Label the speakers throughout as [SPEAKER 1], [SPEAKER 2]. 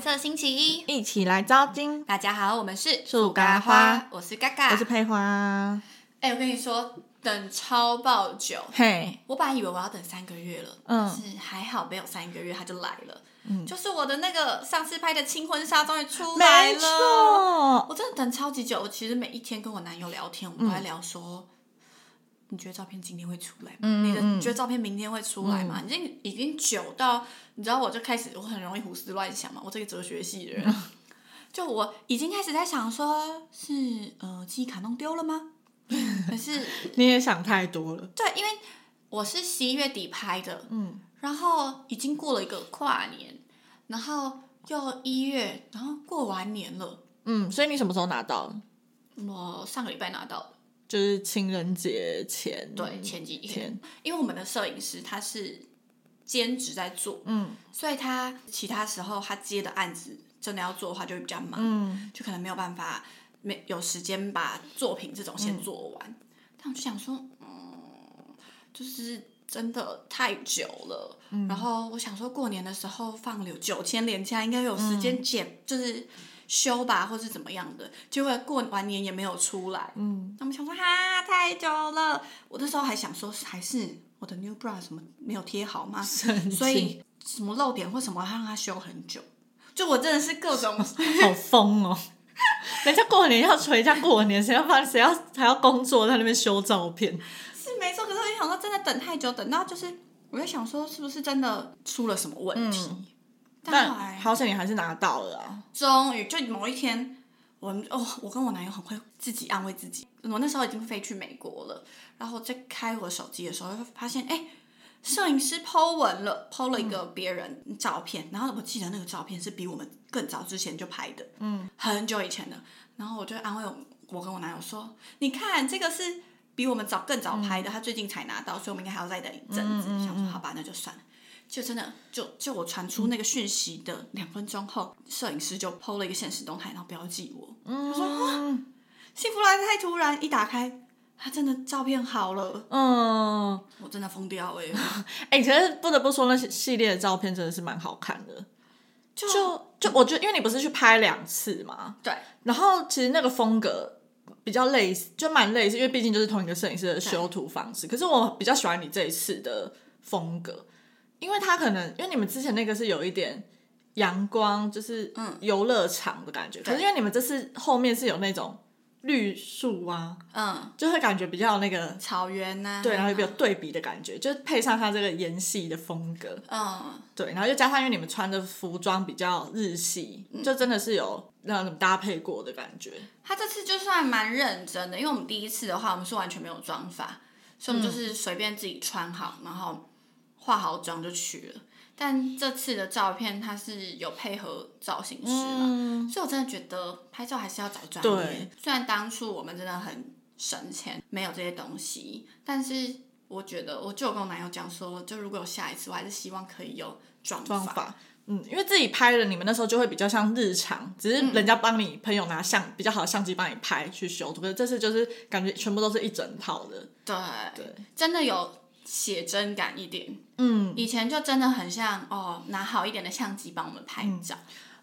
[SPEAKER 1] 色星期一，
[SPEAKER 2] 一起来招金。
[SPEAKER 1] 大家好，我们是
[SPEAKER 2] 树
[SPEAKER 1] 嘎
[SPEAKER 2] 咖花，
[SPEAKER 1] 我是嘎嘎，
[SPEAKER 2] 我是佩花，
[SPEAKER 1] 哎、我跟你说，等超爆久，
[SPEAKER 2] 嘿，
[SPEAKER 1] 我本来以为我要等三个月了，
[SPEAKER 2] 嗯
[SPEAKER 1] 但是还好没有三个月，他就来了。
[SPEAKER 2] 嗯
[SPEAKER 1] 就是我的那个上次拍的新婚纱终于出来
[SPEAKER 2] 没
[SPEAKER 1] 了，
[SPEAKER 2] 错，
[SPEAKER 1] 我真的等超级久。我其实每一天跟我男友聊天，我们都在聊说，你觉得照片今天会出来吗？
[SPEAKER 2] 嗯
[SPEAKER 1] 你的
[SPEAKER 2] 嗯
[SPEAKER 1] 你觉得照片明天会出来吗？已经已经久到，你知道我就开始我很容易胡思乱想嘛，我这个哲学系 的人，就我已经开始在想说，是呃记忆卡弄丢 了吗？可是
[SPEAKER 2] 你也想太多了。
[SPEAKER 1] 对，因为我是十一月底拍的，
[SPEAKER 2] 嗯，
[SPEAKER 1] 然后已经过了一个跨年，然后又一月，然后过完年了，
[SPEAKER 2] 嗯，所以你什么时候拿到？
[SPEAKER 1] 我上个礼拜拿到的，
[SPEAKER 2] 就是情人节前，
[SPEAKER 1] 对，前几天
[SPEAKER 2] 前，
[SPEAKER 1] 因为我们的摄影师他是兼职在做，
[SPEAKER 2] 嗯
[SPEAKER 1] 所以他其他时候他接的案子真的要做的话就会比较忙，
[SPEAKER 2] 嗯，
[SPEAKER 1] 就可能没有办法没有时间把作品这种先做完。但我就想说，嗯，就是真的太久了。然后我想说，过年的时候放了有九天连假，应该有时间减，就是休吧，或是怎么样的。结果过完年也没有出来。
[SPEAKER 2] 嗯，
[SPEAKER 1] 那我们想说，哈，太久了。我那时候还想说，还是我的 new bra 什么没有贴好吗？
[SPEAKER 2] 神
[SPEAKER 1] 所
[SPEAKER 2] 经，
[SPEAKER 1] 以什么漏点或什么，他让它修很久。就我真的是各种
[SPEAKER 2] 好疯哦。人家过年要催，人家过年谁要放谁要还要工作在那边修照片，
[SPEAKER 1] 是没错，可是我就想说，真的等太久，等到就是，我就想说，是不是真的出了什么问题？但后
[SPEAKER 2] 但
[SPEAKER 1] 来
[SPEAKER 2] 好险你还是拿到了啊。
[SPEAKER 1] 终于就某一天，我们哦，我跟我男友很会自己安慰自己。我那时候已经飞去美国了，然后在开我手机的时候，就发现哎，摄影师 Po 文了，Po 了一个别人照片，然后我记得那个照片是比我们更早之前就拍的，嗯，很久以前的。然后我就安慰我我跟我男友说，你看这个是比我们早更早拍的，他最近才拿到，所以我们应该还要再等一阵子。想说好吧，那就算了。就真的就就我传出那个讯息的两分钟后，摄影师就 PO 了一个现实动态，然后标记我，
[SPEAKER 2] 嗯
[SPEAKER 1] 他说哇，幸福来的太突然，一打开，他真的照片好了，
[SPEAKER 2] 嗯，
[SPEAKER 1] 我真的疯掉 哎、
[SPEAKER 2] 哎、其实不得不说，那些系列的照片真的是蛮好看的。
[SPEAKER 1] 就
[SPEAKER 2] 就就我觉得，因为你不是去拍两次嘛，
[SPEAKER 1] 对
[SPEAKER 2] 然后其实那个风格比较类似，就蛮类似，因为毕竟就是同一个摄影师的修图方式。可是我比较喜欢你这一次的风格，因为它可能因为你们之前那个是有一点阳光，就是
[SPEAKER 1] 嗯
[SPEAKER 2] 游乐场的感觉，可是因为你们这次后面是有那种绿树啊，
[SPEAKER 1] 嗯，
[SPEAKER 2] 就会感觉比较有那个。
[SPEAKER 1] 草原啊呐、
[SPEAKER 2] 对，然后有比较对比的感觉，就是配上它这个盐系的风格，
[SPEAKER 1] 嗯，
[SPEAKER 2] 对，然后又加上因为你们穿的服装比较日系，就真的是有让你们搭配过的感觉。
[SPEAKER 1] 他这次就算蛮认真的，因为我们第一次的话，我们是完全没有妆法，所以我们就是随便自己穿好，然后化好妆就去了。但这次的照片，它是有配合造型师啦，
[SPEAKER 2] 嗯，
[SPEAKER 1] 所以我真的觉得拍照还是要找专业
[SPEAKER 2] 对。
[SPEAKER 1] 虽然当初我们真的很省钱，没有这些东西，但是我觉得，我就有跟我男友讲说，就如果有下一次，我还是希望可以有妆
[SPEAKER 2] 妆法，嗯，因为自己拍了，你们那时候就会比较像日常，只是人家帮你朋友拿相比较好的相机帮你拍去修图，可是这次就是感觉全部都是一整套的。
[SPEAKER 1] 对，
[SPEAKER 2] 对，
[SPEAKER 1] 真的有写真感一点。
[SPEAKER 2] 嗯，
[SPEAKER 1] 以前就真的很像哦，拿好一点的相机帮我们拍
[SPEAKER 2] 嗯
[SPEAKER 1] 照。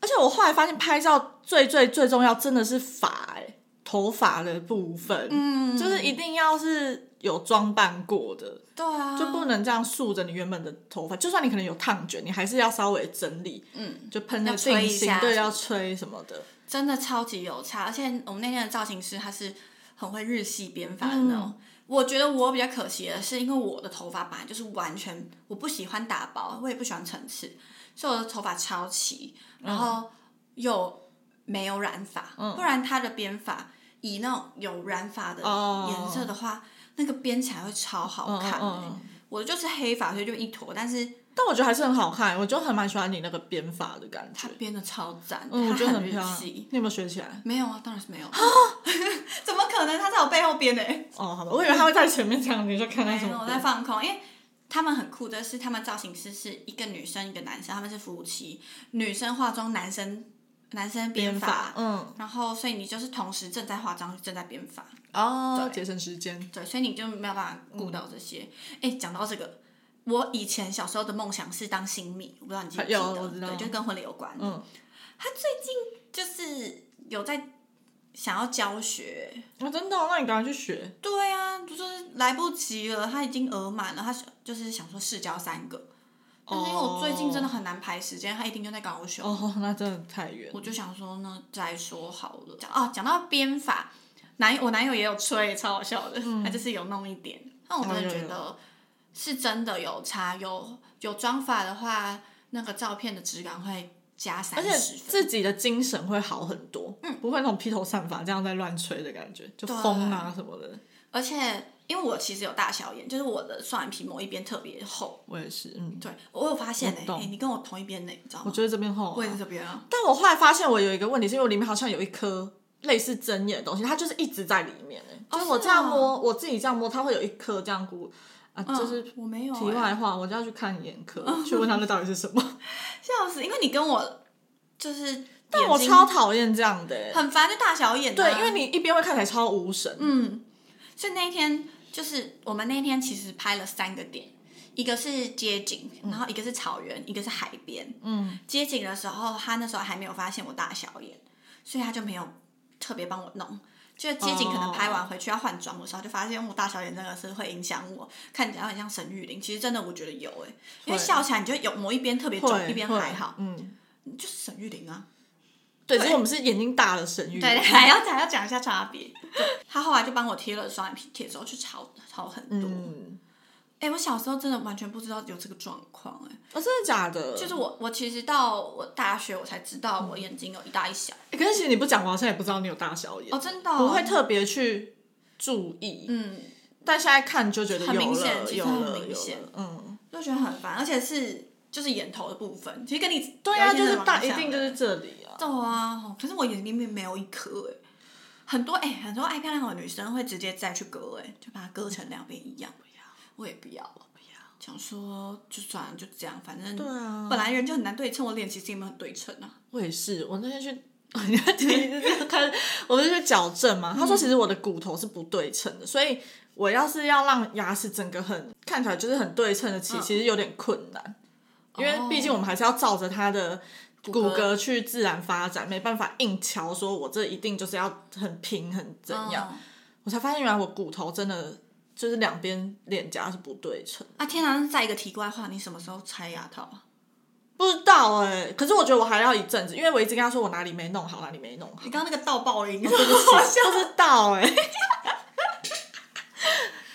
[SPEAKER 2] 而且我后来发现拍照最最最重要真的是发、欸，头发的部分，
[SPEAKER 1] 嗯，
[SPEAKER 2] 就是一定要是有装扮过的。
[SPEAKER 1] 对啊，
[SPEAKER 2] 就不能这样竖着你原本的头发，就算你可能有烫卷，你还是要稍微整理，
[SPEAKER 1] 嗯，
[SPEAKER 2] 就喷那
[SPEAKER 1] 要
[SPEAKER 2] 个
[SPEAKER 1] 吹
[SPEAKER 2] 定
[SPEAKER 1] 一
[SPEAKER 2] 型
[SPEAKER 1] 下，
[SPEAKER 2] 对，要吹什么的，
[SPEAKER 1] 真的超级有差。而且我们那天的造型师他是很会日系编发的那
[SPEAKER 2] 嗯
[SPEAKER 1] 种。我觉得我比较可惜的是，因为我的头发本来就是完全我不喜欢打薄，我也不喜欢层次，所以我的头发超齐，
[SPEAKER 2] 嗯
[SPEAKER 1] 然后又没有染发，不然它的编发以那种有染发的
[SPEAKER 2] 哦
[SPEAKER 1] 颜色的话，那个编起来会超好看、欸。
[SPEAKER 2] 嗯
[SPEAKER 1] 我就是黑发，所以就一坨，但是
[SPEAKER 2] 但我觉得还是很好看，我就很蛮喜欢你那个编发的感
[SPEAKER 1] 它
[SPEAKER 2] 觉，
[SPEAKER 1] 编的超赞，
[SPEAKER 2] 嗯，我
[SPEAKER 1] 它
[SPEAKER 2] 觉得
[SPEAKER 1] 很
[SPEAKER 2] 很
[SPEAKER 1] 日
[SPEAKER 2] 漂亮。
[SPEAKER 1] 系。
[SPEAKER 2] 你有没有学起来？
[SPEAKER 1] 没有啊， 当然是没有。怎么可能？他在我背后编的、欸？
[SPEAKER 2] 哦，好吧，我以为他会在前面这样，你就看到
[SPEAKER 1] 没
[SPEAKER 2] 什
[SPEAKER 1] 有，我
[SPEAKER 2] 么
[SPEAKER 1] 在放空，因为。他们很酷的是，他们造型师是一个女生一个男生，他们是夫妻，女生化妆，男生男生编
[SPEAKER 2] 编
[SPEAKER 1] 发，
[SPEAKER 2] 发，嗯，
[SPEAKER 1] 然后所以你就是同时正在化妆，正在编发，
[SPEAKER 2] 哦，节省时间，
[SPEAKER 1] 对，所以你就没有办法顾到这些。哎、讲到这个，我以前小时候的梦想是当新密，我不知道你记不记得，
[SPEAKER 2] 有我知道
[SPEAKER 1] 对，就跟婚礼有关的。
[SPEAKER 2] 嗯
[SPEAKER 1] 他最近就是有在想要教学，
[SPEAKER 2] 哦，真的哦、那你赶快去学。
[SPEAKER 1] 对啊，就是来不及了，他已经额满了，他是就是想说试教三个，但是因为我最近真的很难排时间，他一定就在高雄，
[SPEAKER 2] 哦，那真的太远。
[SPEAKER 1] 我就想说那再说好了。讲啊，讲到编法，男我男友也有吹，超好笑的，他就是有弄一点，但我真的
[SPEAKER 2] 有
[SPEAKER 1] 觉
[SPEAKER 2] 嗯哦有
[SPEAKER 1] 得是真的有差，有有妆法的话，那个照片的质感会加三
[SPEAKER 2] 而且
[SPEAKER 1] 十分。
[SPEAKER 2] 自己的精神会好很多，嗯，不会那种披头散发这样在乱吹的感觉，就风啊什么的。
[SPEAKER 1] 而且因为我其实有大小眼，就是我的双眼皮某一边特别厚，
[SPEAKER 2] 我也是，嗯，
[SPEAKER 1] 对我有发现哎、
[SPEAKER 2] 我
[SPEAKER 1] 欸
[SPEAKER 2] 懂
[SPEAKER 1] 你跟我同一边呢、你知道吗
[SPEAKER 2] 我？觉得这边厚、
[SPEAKER 1] 我也
[SPEAKER 2] 啊
[SPEAKER 1] 是。这边啊，
[SPEAKER 2] 但我后来发现我有一个问题，是因为我里面好像有一颗类似针眼的东西，它就是一直在里面、欸，就是我这样
[SPEAKER 1] 哦是
[SPEAKER 2] 摸，我自己这样摸，它会有一颗这样鼓啊，就是
[SPEAKER 1] 嗯我没有、
[SPEAKER 2] 题
[SPEAKER 1] 欸，
[SPEAKER 2] 外话，我就要去看眼科，
[SPEAKER 1] 嗯
[SPEAKER 2] 去问他那到底是 什么。
[SPEAKER 1] 笑死，因为你跟我就是，
[SPEAKER 2] 但我超讨厌这样的、欸
[SPEAKER 1] 很烦，就大小眼、啊，
[SPEAKER 2] 对，因为你一边会看起来超无神，
[SPEAKER 1] 嗯，所以那一天就是我们那一天其实拍了三个点，一个是街景，然后一个是草原，一个是海边。嗯，街景的时候，他那时候还没有发现我大小眼，所以他就没有特别帮我弄。就是街景可能拍完回去要换装的时候，就发现我大小眼真的是会影响我，看起来很像沈玉玲。其实真的我觉得有哎、因为笑起来你就有某一边特别
[SPEAKER 2] 会
[SPEAKER 1] 肿，一边
[SPEAKER 2] 会
[SPEAKER 1] 还好，
[SPEAKER 2] 嗯。
[SPEAKER 1] 就是沈玉玲啊。
[SPEAKER 2] 对，只是我们是眼睛大的神域。
[SPEAKER 1] 对，还要还要讲一下差别。对他后来就帮我贴了双眼皮贴之后，就好好很多。
[SPEAKER 2] 嗯，
[SPEAKER 1] 哎、我小时候真的完全不知道有这个状况、哎，
[SPEAKER 2] 哦，真的假的？
[SPEAKER 1] 就是我我其实到我大学我才知道我眼睛有一大一小。
[SPEAKER 2] 欸可是其实你不讲，我好像也不知道你有大小眼，
[SPEAKER 1] 哦，真的哦、
[SPEAKER 2] 不会特别去注意。
[SPEAKER 1] 嗯，
[SPEAKER 2] 但现在看就觉得有
[SPEAKER 1] 很
[SPEAKER 2] 了，
[SPEAKER 1] 明显其实
[SPEAKER 2] 有
[SPEAKER 1] 很
[SPEAKER 2] 了，
[SPEAKER 1] 明
[SPEAKER 2] 有
[SPEAKER 1] 显
[SPEAKER 2] 了。嗯，
[SPEAKER 1] 就觉得很烦，而且是就是眼头的部分，其实跟你
[SPEAKER 2] 对啊，
[SPEAKER 1] 有
[SPEAKER 2] 就
[SPEAKER 1] 些
[SPEAKER 2] 是
[SPEAKER 1] 人
[SPEAKER 2] 大，
[SPEAKER 1] 蛮
[SPEAKER 2] 一
[SPEAKER 1] 像
[SPEAKER 2] 定
[SPEAKER 1] 的
[SPEAKER 2] 就是这里啊。
[SPEAKER 1] 痘啊，哦可是我眼睛里面没有一颗哎、很多哎、很多爱漂亮的女生会直接再去割哎、就把它割成两边一样。
[SPEAKER 2] 嗯
[SPEAKER 1] 不要，我也不要，我不要。想说就算了，就这样，反正
[SPEAKER 2] 对啊
[SPEAKER 1] 本来人就很难对称，我脸其实也没有很对称啊。
[SPEAKER 2] 我也是，我那天去。 你看，就是开始，我就去矫正嘛。他说，其实我的骨头是不对称的，所以我要是要让牙齿整个很看起来就是很对称的齐，其实有点困难，因为毕竟我们还是要照着它的骨骼去自然发展，没办法硬瞧说我这一定就是要很平很怎样。
[SPEAKER 1] 嗯
[SPEAKER 2] 我才发现原来我骨头真的就是两边脸颊是不对称，
[SPEAKER 1] 啊天哪！那再一个题外话，你什么时候拆牙套
[SPEAKER 2] 哦
[SPEAKER 1] 啊？
[SPEAKER 2] 不知道哎、可是我觉得我还要一阵子，因为我一直跟他说我哪里没弄好，哪里没弄好。
[SPEAKER 1] 你刚刚那个倒爆音，
[SPEAKER 2] 我哦不知道哎、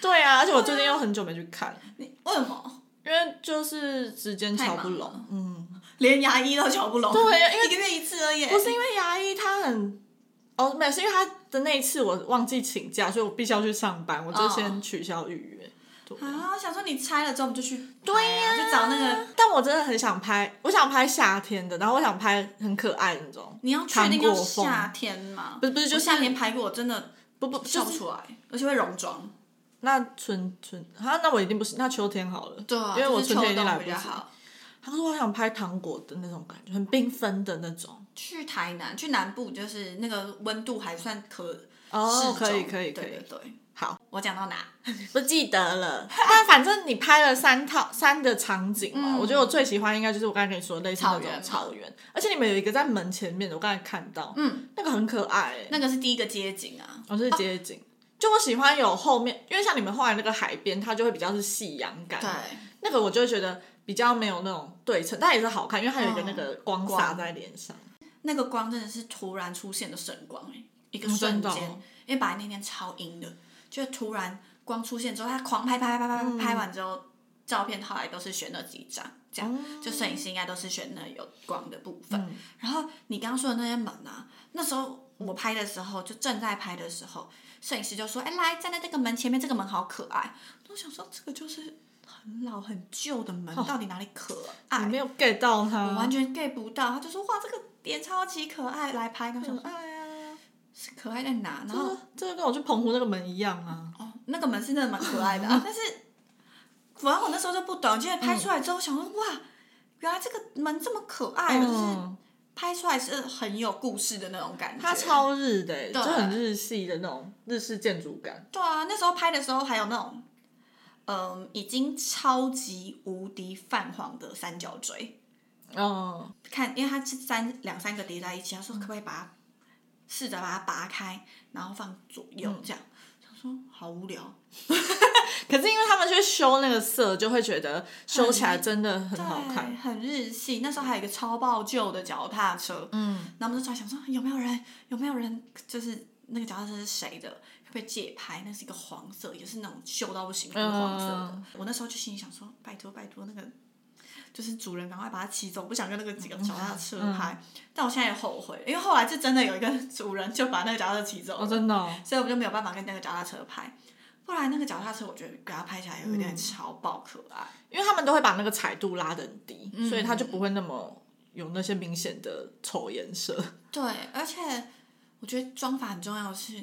[SPEAKER 2] 对啊，而且我最近又很久没去看，
[SPEAKER 1] 你 为什么
[SPEAKER 2] 因为就是时间瞧不
[SPEAKER 1] 太
[SPEAKER 2] 拢
[SPEAKER 1] 忙了。
[SPEAKER 2] 嗯，
[SPEAKER 1] 连牙医都瞧不拢？
[SPEAKER 2] 对啊因为
[SPEAKER 1] 一个月一次而已。
[SPEAKER 2] 不是因为牙医他很哦，没有，是因为他的那一次我忘记请假，所以我必须要去上班，我就
[SPEAKER 1] 哦
[SPEAKER 2] 先取消预约。对
[SPEAKER 1] 啊，我想说你拆了之后我们就去对
[SPEAKER 2] 对呀、
[SPEAKER 1] 就找那个。
[SPEAKER 2] 但我真的很想拍，我想拍夏天的，然后我想拍很可爱的那种。
[SPEAKER 1] 你要确定要
[SPEAKER 2] 糖果风
[SPEAKER 1] 夏天吗？
[SPEAKER 2] 不是不是就
[SPEAKER 1] 我
[SPEAKER 2] 是
[SPEAKER 1] 夏天排过，真的
[SPEAKER 2] 不不，就
[SPEAKER 1] 笑不
[SPEAKER 2] 是
[SPEAKER 1] 出来，而且会溶妆。
[SPEAKER 2] 那春春啊，那我一定不是，那秋天好了，
[SPEAKER 1] 对啊，
[SPEAKER 2] 因为我
[SPEAKER 1] 就是
[SPEAKER 2] 春
[SPEAKER 1] 秋
[SPEAKER 2] 天已经
[SPEAKER 1] 冬
[SPEAKER 2] 来
[SPEAKER 1] 比
[SPEAKER 2] 不及
[SPEAKER 1] 较。好。
[SPEAKER 2] 他说我想拍糖果的那种感觉，很缤纷的那种。
[SPEAKER 1] 去台南，去南部就是那个温度还算可适
[SPEAKER 2] 哦
[SPEAKER 1] 中，
[SPEAKER 2] 可以可以可
[SPEAKER 1] 对对
[SPEAKER 2] 以，
[SPEAKER 1] 对。
[SPEAKER 2] 好，
[SPEAKER 1] 我讲到哪？
[SPEAKER 2] 不记得了。 但反正你拍了三套三的场景嘛，
[SPEAKER 1] 嗯
[SPEAKER 2] 我觉得我最喜欢应该就是我刚才跟你说的类似那
[SPEAKER 1] 草
[SPEAKER 2] 种
[SPEAKER 1] 原
[SPEAKER 2] 草原，而且你们有一个在门前面的，我刚才看到，
[SPEAKER 1] 嗯，
[SPEAKER 2] 那个很可爱、欸，
[SPEAKER 1] 那个是第一个街景啊，
[SPEAKER 2] 我、是街景。就我喜欢有后面，因为像你们后来那个海边，它就会比较是夕阳感，
[SPEAKER 1] 对，
[SPEAKER 2] 那个我就会觉得比较没有那种对称，但也是好看，因为它有一个
[SPEAKER 1] 嗯
[SPEAKER 2] 那个光洒在脸上。
[SPEAKER 1] 那个光真的是突然出现的神光、欸，一个
[SPEAKER 2] 嗯
[SPEAKER 1] 瞬
[SPEAKER 2] 真的
[SPEAKER 1] 间，
[SPEAKER 2] 哦
[SPEAKER 1] 因为本来那天超阴的，就突然光出现之后，他狂拍拍拍拍拍，
[SPEAKER 2] 嗯
[SPEAKER 1] 拍完之后，照片后来都是选那几张，这
[SPEAKER 2] 哦
[SPEAKER 1] 样、就摄影师应该都是选那有光的部分。
[SPEAKER 2] 嗯
[SPEAKER 1] 然后你刚刚说的那些门啊，那时候我拍的时候，就正在拍的时候，摄影师就说：“哎、来站在这个门前面，这个门好可爱。”我想说，这个就是很老很旧的门，
[SPEAKER 2] 哦
[SPEAKER 1] 到底哪里可爱？
[SPEAKER 2] 你没有 get 到它，
[SPEAKER 1] 我完全 get 不到，他就说哇这个点超级可爱，来拍。我想说
[SPEAKER 2] 哎呀，
[SPEAKER 1] 是可爱在哪？然
[SPEAKER 2] 这
[SPEAKER 1] 后
[SPEAKER 2] 个这个跟我去澎湖那个门一样啊。
[SPEAKER 1] 哦那个门是真的蛮可爱 的、啊，但是反正我那时候就不懂，结果
[SPEAKER 2] 嗯
[SPEAKER 1] 拍出来之后我想说哇，原来这个门这么可爱，就是
[SPEAKER 2] 嗯，
[SPEAKER 1] 拍出来是很有故事的那种感觉。
[SPEAKER 2] 它超日的欸、就很日系的那种日式建筑感。
[SPEAKER 1] 对啊，那时候拍的时候还有那种。嗯，已经超级无敌泛黄的三角锥，
[SPEAKER 2] 嗯，
[SPEAKER 1] 看，因为它是三两三个叠在一起，他说可不可以把它试着把它拔开，然后放左右这样。想说好无聊，
[SPEAKER 2] 可是因为他们去修那个色，就会觉得修起来真的很好看
[SPEAKER 1] 对，。很日系。那时候还有一个超爆旧的脚踏车，
[SPEAKER 2] 嗯，
[SPEAKER 1] 然后我们就在想说有没有人有没有人就是那个脚踏车是谁的，可不可以借拍？那是一个黄色，也是那种旧到不行的黄色的。
[SPEAKER 2] 嗯
[SPEAKER 1] 我那时候就心里想说，拜托拜托，那个就是主人赶快把它骑走，不想跟那个
[SPEAKER 2] 嗯
[SPEAKER 1] 几个脚踏车拍。但我现在也后悔，因为后来是真的有一个主人就把那个脚踏车骑走
[SPEAKER 2] 哦，
[SPEAKER 1] 了，
[SPEAKER 2] 真的哦、
[SPEAKER 1] 所以我们就没有办法跟那个脚踏车拍。不然那个脚踏车，我觉得给它拍起来有一
[SPEAKER 2] 嗯
[SPEAKER 1] 点超爆可爱。
[SPEAKER 2] 因为他们都会把那个彩度拉得很低，所以它就不会那么有那些明显的丑颜色。
[SPEAKER 1] 对，而且我觉得妆法很重要的是，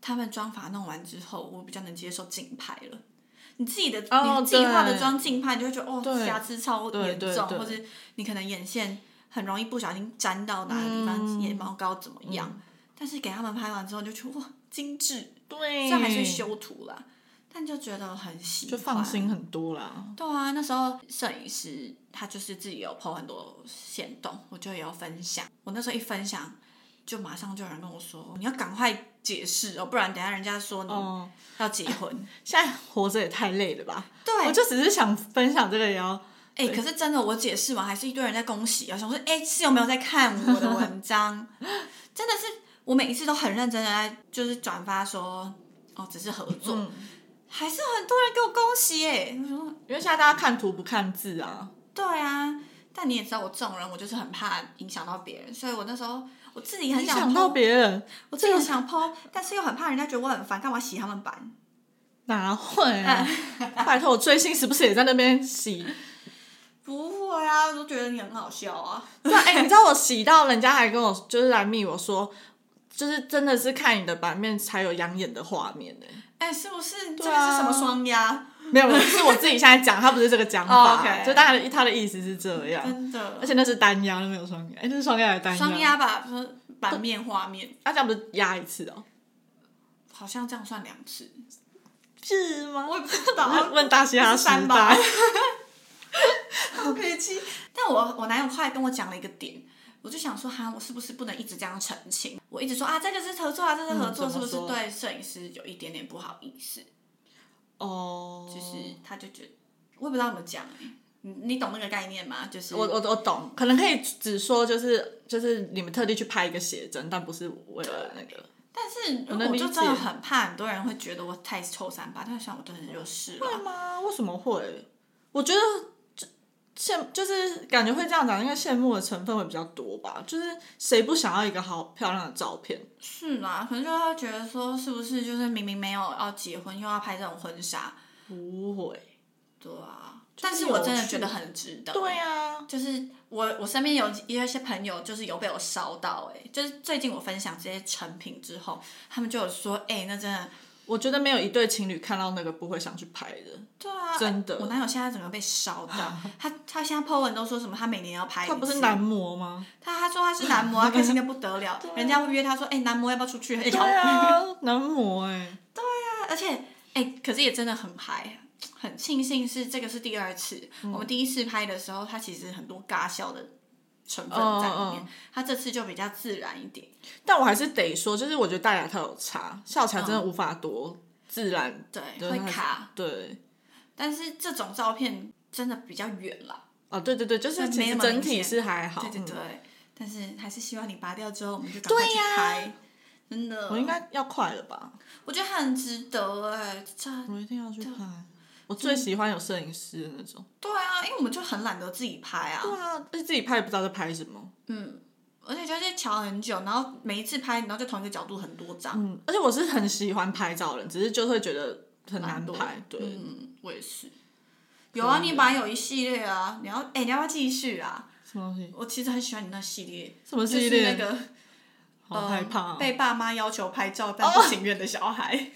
[SPEAKER 1] 他们妆法弄完之后，我比较能接受竞拍了。你自己的、
[SPEAKER 2] 哦
[SPEAKER 1] 你自己化的
[SPEAKER 2] 对
[SPEAKER 1] 妆竞拍，你就会觉得哦
[SPEAKER 2] 对
[SPEAKER 1] 瑕疵超
[SPEAKER 2] 对
[SPEAKER 1] 严重，
[SPEAKER 2] 对对
[SPEAKER 1] 或者你可能眼线很容易不小心沾到哪个地方，
[SPEAKER 2] 嗯
[SPEAKER 1] 眼毛膏怎么样？但是给他们拍完之后，你就觉得哇精致，
[SPEAKER 2] 对
[SPEAKER 1] 虽然还是修图啦，但就觉得很喜欢，
[SPEAKER 2] 嗯就放心很多啦。
[SPEAKER 1] 对啊，那时候摄影师他就是自己有 po 很多线动，我就也有分享。我那时候一分享，就马上就有人跟我说，你要赶快解释哦，不然等一下人家说你
[SPEAKER 2] 哦，
[SPEAKER 1] 要结 婚。
[SPEAKER 2] 现在活着也太累了吧？
[SPEAKER 1] 对，
[SPEAKER 2] 我就只是想分享这个，也要
[SPEAKER 1] 哎、可是真的，我解释完还是一堆人在恭喜啊，想说，哎、是有没有在看我的文章？真的是，我每一次都很认真的在就是转发说，哦，只是合作，
[SPEAKER 2] 嗯
[SPEAKER 1] 还是很多人给我恭喜哎、我说
[SPEAKER 2] 因为现在大家看图不看字啊。
[SPEAKER 1] 对啊，但你也知道我这种人，我就是很怕影响到别人，所以我那时候我自己很
[SPEAKER 2] 影
[SPEAKER 1] 想
[SPEAKER 2] 响到
[SPEAKER 1] po，
[SPEAKER 2] 别人
[SPEAKER 1] 我自己很想 PO，但是又很怕人家觉得我很烦，干嘛洗他们版？
[SPEAKER 2] 哪会啊？ 拜托，我追星时不时也在那边洗？
[SPEAKER 1] 不会啊，我都觉得你很好笑啊。
[SPEAKER 2] 对，哎、你知道我洗到人家还跟我就是来密我说，就是真的是看你的版面才有养眼的画面呢、
[SPEAKER 1] 哎、是不是？这
[SPEAKER 2] 对
[SPEAKER 1] 个
[SPEAKER 2] 啊
[SPEAKER 1] 是什么双压？
[SPEAKER 2] 没有，是我自己现在讲，他不是这个讲法
[SPEAKER 1] 哦，OK
[SPEAKER 2] 就大概他的意思是这样。
[SPEAKER 1] 真的，
[SPEAKER 2] 啊而且那是单压，那没有双压，哎、那是双压还是单压？啊
[SPEAKER 1] 双，压吧，说版面画面，
[SPEAKER 2] 他、这样不是压一次哦、
[SPEAKER 1] 好像这样算两次，
[SPEAKER 2] 是吗？
[SPEAKER 1] 我也不知道。
[SPEAKER 2] 问大西哈时
[SPEAKER 1] 三吧
[SPEAKER 2] 代，
[SPEAKER 1] 好可惜。但我我男友后来跟我讲了一个点，我就想说，哈，我是不是不能一直这样澄清？我一直说啊，这就是合作啊，这是合
[SPEAKER 2] 嗯
[SPEAKER 1] 作，
[SPEAKER 2] 怎
[SPEAKER 1] 是不
[SPEAKER 2] 么
[SPEAKER 1] 是
[SPEAKER 2] 说
[SPEAKER 1] 对摄影师有一点点不好意思？
[SPEAKER 2] 哦，
[SPEAKER 1] 就是他就觉得，我也不知道怎么讲、欸，你你懂那个概念吗？就是
[SPEAKER 2] 我我我懂，可能可以只说就是就是你们特地去拍一个写真，但不是为了那个。
[SPEAKER 1] 但是
[SPEAKER 2] 能
[SPEAKER 1] 我就
[SPEAKER 2] 理
[SPEAKER 1] 真的
[SPEAKER 2] 解
[SPEAKER 1] 很怕很多人会觉得我太臭三八，但是想我真的就是了。
[SPEAKER 2] 会吗？为什么会？我觉得这羡就是感觉会这样讲，因为羡慕的成分会比较多吧。就是谁不想要一个好漂亮的照片？
[SPEAKER 1] 是啦，可能就他觉得说，是不是就是明明没有要结婚，又要拍这种婚纱？
[SPEAKER 2] 不会。
[SPEAKER 1] 对啊，
[SPEAKER 2] 就是
[SPEAKER 1] 但是我真的
[SPEAKER 2] 有趣
[SPEAKER 1] 觉得很值得。
[SPEAKER 2] 对啊呀、
[SPEAKER 1] 就是我我身边有也有一些朋友，就是有被我烧到哎、欸就是最近我分享这些成品之后，他们就有说哎、欸那真的
[SPEAKER 2] 我觉得没有一对情侣看到那个不会想去拍的，
[SPEAKER 1] 对啊，
[SPEAKER 2] 真的啊
[SPEAKER 1] 我男友现在整个被烧到， 他他现在 po 文都说什么他每年要拍一次，
[SPEAKER 2] 他不是男模吗？
[SPEAKER 1] 他他说他 是男模，他开心的不得了，人家会约他说哎、欸男模要不要出去？哎
[SPEAKER 2] 对啊， 男模哎、
[SPEAKER 1] 而且哎、可是也真的很嗨，很庆幸是这个是第二次。
[SPEAKER 2] 嗯
[SPEAKER 1] 我们第一次拍的时候，它其实很多尬笑的成分在里
[SPEAKER 2] 嗯
[SPEAKER 1] 面，
[SPEAKER 2] 嗯
[SPEAKER 1] 他这次就比较自然一点。
[SPEAKER 2] 但我还是得说，就是我觉得戴牙套有差，笑起来真的无法多自然，
[SPEAKER 1] 嗯对，
[SPEAKER 2] 就是
[SPEAKER 1] 会
[SPEAKER 2] 它
[SPEAKER 1] 卡，。
[SPEAKER 2] 对，
[SPEAKER 1] 但是这种照片真的比较远啦，
[SPEAKER 2] 啊，对对对，就是
[SPEAKER 1] 但
[SPEAKER 2] 其
[SPEAKER 1] 没
[SPEAKER 2] 实
[SPEAKER 1] 那么
[SPEAKER 2] 整
[SPEAKER 1] 明
[SPEAKER 2] 体
[SPEAKER 1] 显
[SPEAKER 2] 是还好。
[SPEAKER 1] 对对
[SPEAKER 2] 嗯
[SPEAKER 1] 对。但是还是希望你拔掉之后，我们就赶快去
[SPEAKER 2] 对呀
[SPEAKER 1] 拍。真的，
[SPEAKER 2] 我应该要快了吧？
[SPEAKER 1] 我觉得很值得哎、这
[SPEAKER 2] 我一定要去拍。我
[SPEAKER 1] 嗯
[SPEAKER 2] 最喜欢有摄影师的那种。
[SPEAKER 1] 对啊，因为我们就很懒得自己拍啊，
[SPEAKER 2] 对啊，而且自己拍也不知道在拍什么。
[SPEAKER 1] 嗯，而且就是调很久，然后每一次拍，然后就同一个角度很多张，
[SPEAKER 2] 嗯，而且我是很喜欢拍照的人，只是就会觉得很难拍。对，
[SPEAKER 1] 嗯，我也是。有啊，你本来有一系列啊，你要哎、你要不要继续啊？
[SPEAKER 2] 什么东西？
[SPEAKER 1] 我其实很喜欢你那系列，
[SPEAKER 2] 什么系
[SPEAKER 1] 就是那
[SPEAKER 2] 列？
[SPEAKER 1] 个
[SPEAKER 2] 好害怕
[SPEAKER 1] 嗯
[SPEAKER 2] 啊！哦
[SPEAKER 1] 被爸妈要求拍照但不情愿的小孩，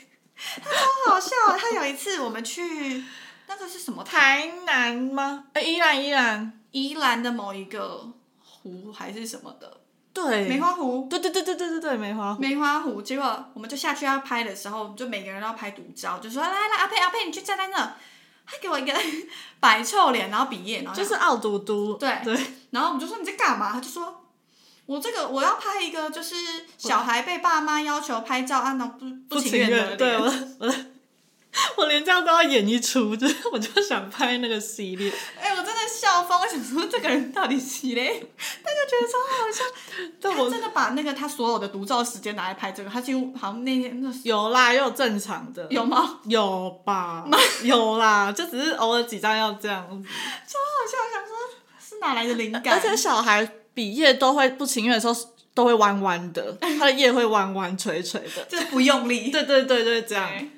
[SPEAKER 1] 他超好笑。他有一次我们去那个是什么台
[SPEAKER 2] 台南吗？哎，依然依然。
[SPEAKER 1] 宜兰的某一个湖还是什么的
[SPEAKER 2] 对，
[SPEAKER 1] 梅花湖，
[SPEAKER 2] 对对对对对对对，梅花湖。
[SPEAKER 1] 梅花湖，结果我们就下去要拍的时候，就每个人都要拍独照，就说来来阿佩阿佩，你去站在那。他给我一个 白臭脸，然后鼻炎，然后
[SPEAKER 2] 就是傲嘟嘟，
[SPEAKER 1] 对
[SPEAKER 2] 哎对，
[SPEAKER 1] 然后我们就说你在干嘛？他就说，我这个我要拍一个，就是小孩被爸妈要求拍照，按照不
[SPEAKER 2] 不
[SPEAKER 1] 情愿的
[SPEAKER 2] 对
[SPEAKER 1] 脸
[SPEAKER 2] 我我我 连这样都要演一出， 就是我就想拍那个系列，
[SPEAKER 1] 哎、我真的笑疯，我想说这个人到底是嘞？但就觉得超好笑。
[SPEAKER 2] 但
[SPEAKER 1] 他
[SPEAKER 2] 我
[SPEAKER 1] 真的把那个他所有的独照时间拿来拍这个，他几乎好像那天那是
[SPEAKER 2] 有啦，也有正常的，
[SPEAKER 1] 有吗？
[SPEAKER 2] 有吧， 有啦，就只是偶尔几张要这样子，
[SPEAKER 1] 好笑，我想说是哪来的灵感？
[SPEAKER 2] 而且小孩比耶都会不情愿的时候都会弯弯的， 他的叶会弯弯垂垂的，
[SPEAKER 1] 这不用力。
[SPEAKER 2] 对对对对，这样。
[SPEAKER 1] 对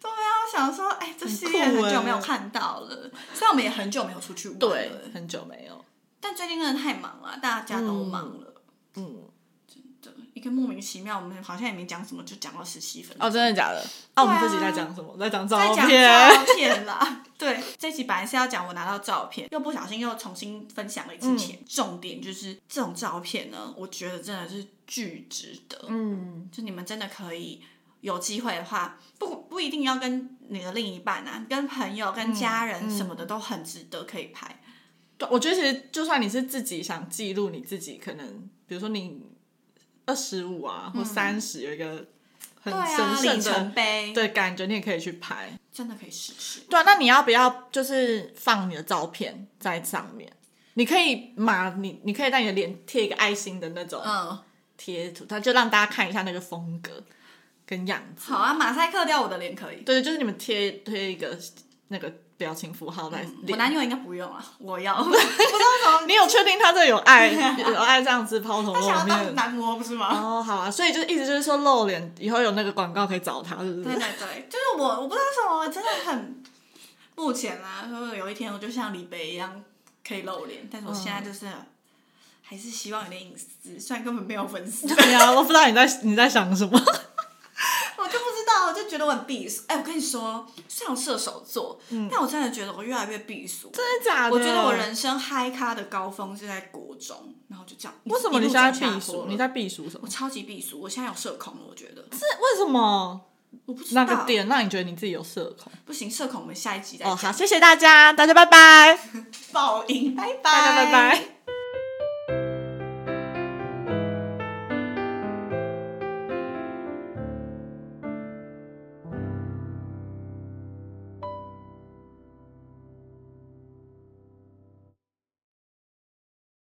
[SPEAKER 1] 对啊，我想说，哎、这系列
[SPEAKER 2] 很酷
[SPEAKER 1] 很久
[SPEAKER 2] 哎
[SPEAKER 1] 没有看到了，虽然我们也很久欸没有出去玩
[SPEAKER 2] 对
[SPEAKER 1] 了，，
[SPEAKER 2] 很久没有。
[SPEAKER 1] 但最近真的太忙了，大家都忙了。
[SPEAKER 2] 嗯，
[SPEAKER 1] 真的一个莫名其妙，我们好像也没讲什么，就讲到十七分。
[SPEAKER 2] 哦，真的假的？啊，我们
[SPEAKER 1] 对啊
[SPEAKER 2] 这集在讲什么？在讲照
[SPEAKER 1] 在讲
[SPEAKER 2] 片。
[SPEAKER 1] 照片啦，对，这集本来是要讲我拿到照片，又不小心又重新分享了一
[SPEAKER 2] 嗯
[SPEAKER 1] 次钱。重点就是这种照片呢，我觉得真的是巨值得。
[SPEAKER 2] 嗯，
[SPEAKER 1] 就你们真的可以有机会的话，不不一定要跟你的另一半啊，跟朋友、
[SPEAKER 2] 嗯
[SPEAKER 1] 跟家人什么的都很值得可以拍。
[SPEAKER 2] 对，我觉得其实就算你是自己想记录你自己，可能比如说你二十五啊或三十有一个很神
[SPEAKER 1] 嗯对啊，
[SPEAKER 2] 圣
[SPEAKER 1] 里
[SPEAKER 2] 的
[SPEAKER 1] 程碑，
[SPEAKER 2] 对感觉，你也可以去拍。
[SPEAKER 1] 真的可以试试。
[SPEAKER 2] 对啊，那你要不要就是放你的照片在上面？你可以码你，你可以在你的脸贴一个爱心的那种
[SPEAKER 1] 嗯，
[SPEAKER 2] 贴图，它就让大家看一下那个风格跟样子。
[SPEAKER 1] 好啊，马赛克掉我的脸可以。
[SPEAKER 2] 对，就是你们贴贴一个那个表情符号在
[SPEAKER 1] 嗯我
[SPEAKER 2] 脸。
[SPEAKER 1] 男友应该不用啊，我要。不知道怎么，
[SPEAKER 2] 你有确定他这有 爱有爱这样子抛头
[SPEAKER 1] 他想
[SPEAKER 2] 露
[SPEAKER 1] 要当
[SPEAKER 2] 面？
[SPEAKER 1] 男模不是吗？
[SPEAKER 2] 哦，好啊，所以就意思就是说露脸以后有那个广告可以找他，是不
[SPEAKER 1] 对
[SPEAKER 2] 是？
[SPEAKER 1] 对对， 就是我，我不知道为什么，我真的很目前啊，如果有一天我就像李北一样可以露脸，但是我现在就是、还是希望有点隐私，虽然根本没有粉 丝，
[SPEAKER 2] 对啊，我不知道你在你在想什 么。
[SPEAKER 1] 我就不知道，我就觉得我很避俗。哎，我跟你说，虽然我射手座，但我真的觉得我越来越避俗。
[SPEAKER 2] 嗯真的假的？
[SPEAKER 1] 我觉得我人生嗨咖的高峰是在国中，然后就这样。
[SPEAKER 2] 为什么
[SPEAKER 1] 一
[SPEAKER 2] 你
[SPEAKER 1] 路
[SPEAKER 2] 现在
[SPEAKER 1] 走下
[SPEAKER 2] 避
[SPEAKER 1] 坡
[SPEAKER 2] 暑？
[SPEAKER 1] 了
[SPEAKER 2] 你在避暑什么
[SPEAKER 1] 我？超级避俗，我现在有社恐了，我觉得。
[SPEAKER 2] 是为什么？
[SPEAKER 1] 我不知道
[SPEAKER 2] 那个点让你觉得你自己有社恐？
[SPEAKER 1] 不行，社恐我们下一集再
[SPEAKER 2] 哦，
[SPEAKER 1] 讲。
[SPEAKER 2] 好，谢谢大家，大家拜拜，
[SPEAKER 1] 报应，拜拜，
[SPEAKER 2] 大家拜拜。